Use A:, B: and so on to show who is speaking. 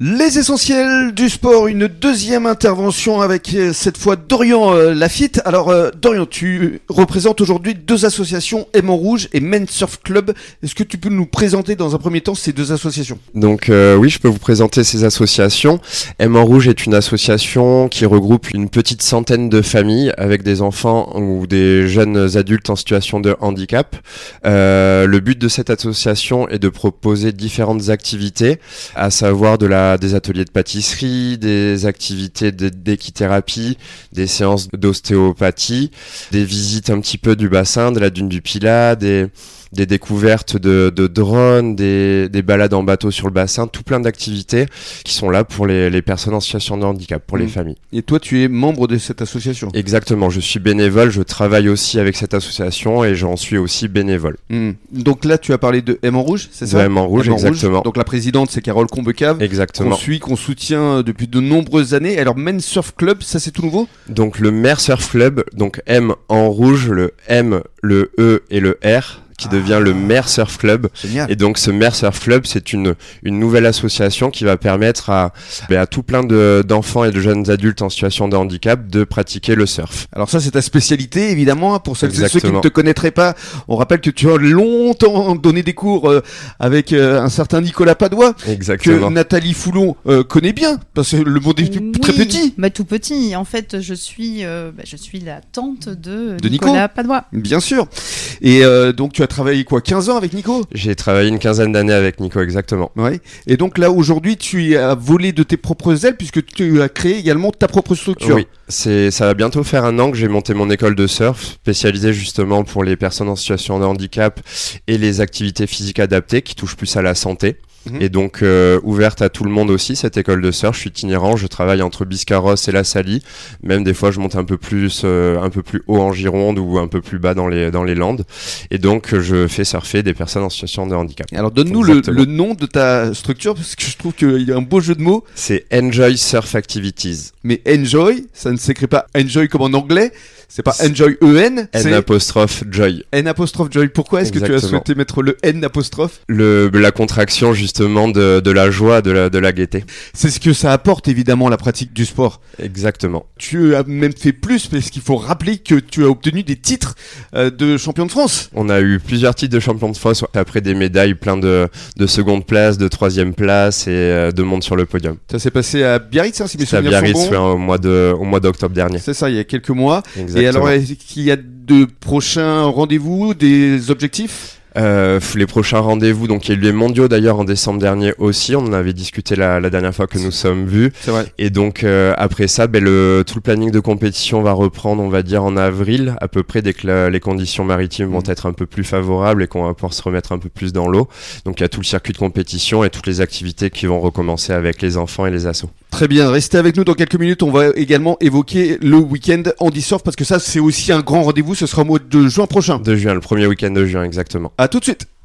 A: Les essentiels du sport, une deuxième intervention avec euh, cette fois Dorian euh, Lafitte. Alors euh, Dorian, tu représentes aujourd'hui deux associations, Aimant Rouge et Men Surf Club. Est-ce que tu peux nous présenter dans un premier temps ces deux associations
B: Donc euh, oui, je peux vous présenter ces associations. M en Rouge est une association qui regroupe une petite centaine de familles avec des enfants ou des jeunes adultes en situation de handicap. Euh, le but de cette association est de proposer différentes activités, à savoir de la, des ateliers de pâtisserie, des activités de- d'équithérapie, des séances d'ostéopathie, des visites un petit peu du bassin, de la dune du Pilat, des des découvertes de, de drones, des, des balades en bateau sur le bassin, tout plein d'activités qui sont là pour les, les personnes en situation de handicap, pour les
A: Mm.
B: familles.
A: Et toi, tu es membre de cette association.
B: Exactement, je suis bénévole, je travaille aussi avec cette association et j'en suis aussi bénévole.
A: Hmm. Donc là, tu as parlé de Aimant Rouge, c'est ça
B: Vraiment rouge,
A: Aimant Rouge.
B: exactement.
A: Donc la présidente, c'est Carole Combecave. Qu'on
B: Exactement.
A: suit, qu'on soutient depuis de nombreuses années. Alors, Men Surf Club, ça c'est tout nouveau
B: Donc le Mer Surf Club, donc M en rouge, le M, le E et le R, qui
A: Ah.
B: devient le Mer Surf Club.
A: Génial.
B: Et donc ce Mer Surf Club, c'est une, une nouvelle association qui va permettre à, ben, à tout plein de- d'enfants et de jeunes adultes en situation de handicap de pratiquer le surf.
A: Alors ça, c'est ta spécialité, évidemment, pour celles et ceux qui ne
B: Exactement.
A: te connaîtraient pas. On rappelle que tu as longtemps donné des cours euh, avec euh, un certain Nicolas Padois, que
B: Exactement.
A: Nathalie Foulon euh, connaît bien, parce que le monde est tout- très
C: Oui,
A: petit.
C: bah, Tout petit. En fait, je suis, euh, bah, je suis la tante de,
A: De Nico.
C: Nicolas Padois.
A: Bien sûr. Et euh, donc, tu as travaillé quoi 15 ans avec Nico
B: J'ai travaillé une quinzaine d'années avec Nico, exactement.
A: Ouais. Et donc là, aujourd'hui, tu as volé de tes propres ailes, puisque tu as créé également ta propre structure.
B: Oui, c'est ça va bientôt faire un an que j'ai monté mon école de surf spécialisée justement pour les personnes en situation de handicap et les activités physiques adaptées qui touchent plus à la santé.
A: Mhm.
B: Et donc euh, ouverte à tout le monde aussi cette école de surf. Je suis itinérant, je travaille entre Biscarros et La Salie. Même des fois, je monte un peu plus, euh, un peu plus haut en Gironde ou un peu plus bas dans les dans les Landes. Et donc euh, je fais surfer des personnes en situation de handicap.
A: Alors, donne-nous le,
B: Exactement.
A: le nom de ta structure, parce que je trouve qu'il y a un beau jeu de mots.
B: C'est Enjoy Surf Activities.
A: Mais enjoy, ça ne s'écrit pas enjoy comme en anglais, c'est pas
B: C'est-
A: enjoy EN,
B: N
A: c'est
B: apostrophe Joy.
A: N apostrophe joy. Pourquoi est-ce que tu as
B: Exactement.
A: souhaité mettre le N apostrophe
B: Le, la contraction justement de, de la joie, de la, de la gaieté.
A: C'est ce que ça apporte évidemment à la pratique du sport.
B: Exactement.
A: Tu as même fait plus parce qu'il faut rappeler que tu as obtenu des titres euh, de champion de France.
B: On a eu plusieurs titres de champion de France après des médailles, plein de, de seconde place, de troisième place et euh, de monte sur le podium.
A: Ça s'est passé à Biarritz, hein, si mes
B: C'est à
A: souvenirs
B: Biarritz
A: sont
B: ouais,
A: bons.
B: au mois de- au mois d'octobre dernier.
A: C'est ça, il y a quelques mois.
B: Exactement.
A: Et alors, est-ce qu'il y a de prochains rendez-vous, des objectifs
B: Euh, f- les prochains rendez-vous, donc il y a eu les mondiaux d'ailleurs en décembre dernier aussi, on en avait discuté la, la dernière fois que nous sommes vus.
A: C'est vrai.
B: Et donc euh, après ça, ben, le, tout le planning de compétition va reprendre, on va dire, en avril, à peu près dès que la- les conditions maritimes vont
A: Mhm.
B: être un peu plus favorables et qu'on va pouvoir se remettre un peu plus dans l'eau. Donc il y a tout le circuit de compétition et toutes les activités qui vont recommencer avec les enfants et les assos.
A: Très bien, restez avec nous dans quelques minutes. On va également évoquer le week-end Andy Surf parce que ça, c'est aussi un grand rendez-vous. Ce sera au mois de juin prochain.
B: De juin, le premier week-end de juin exactement.
A: À tout de suite.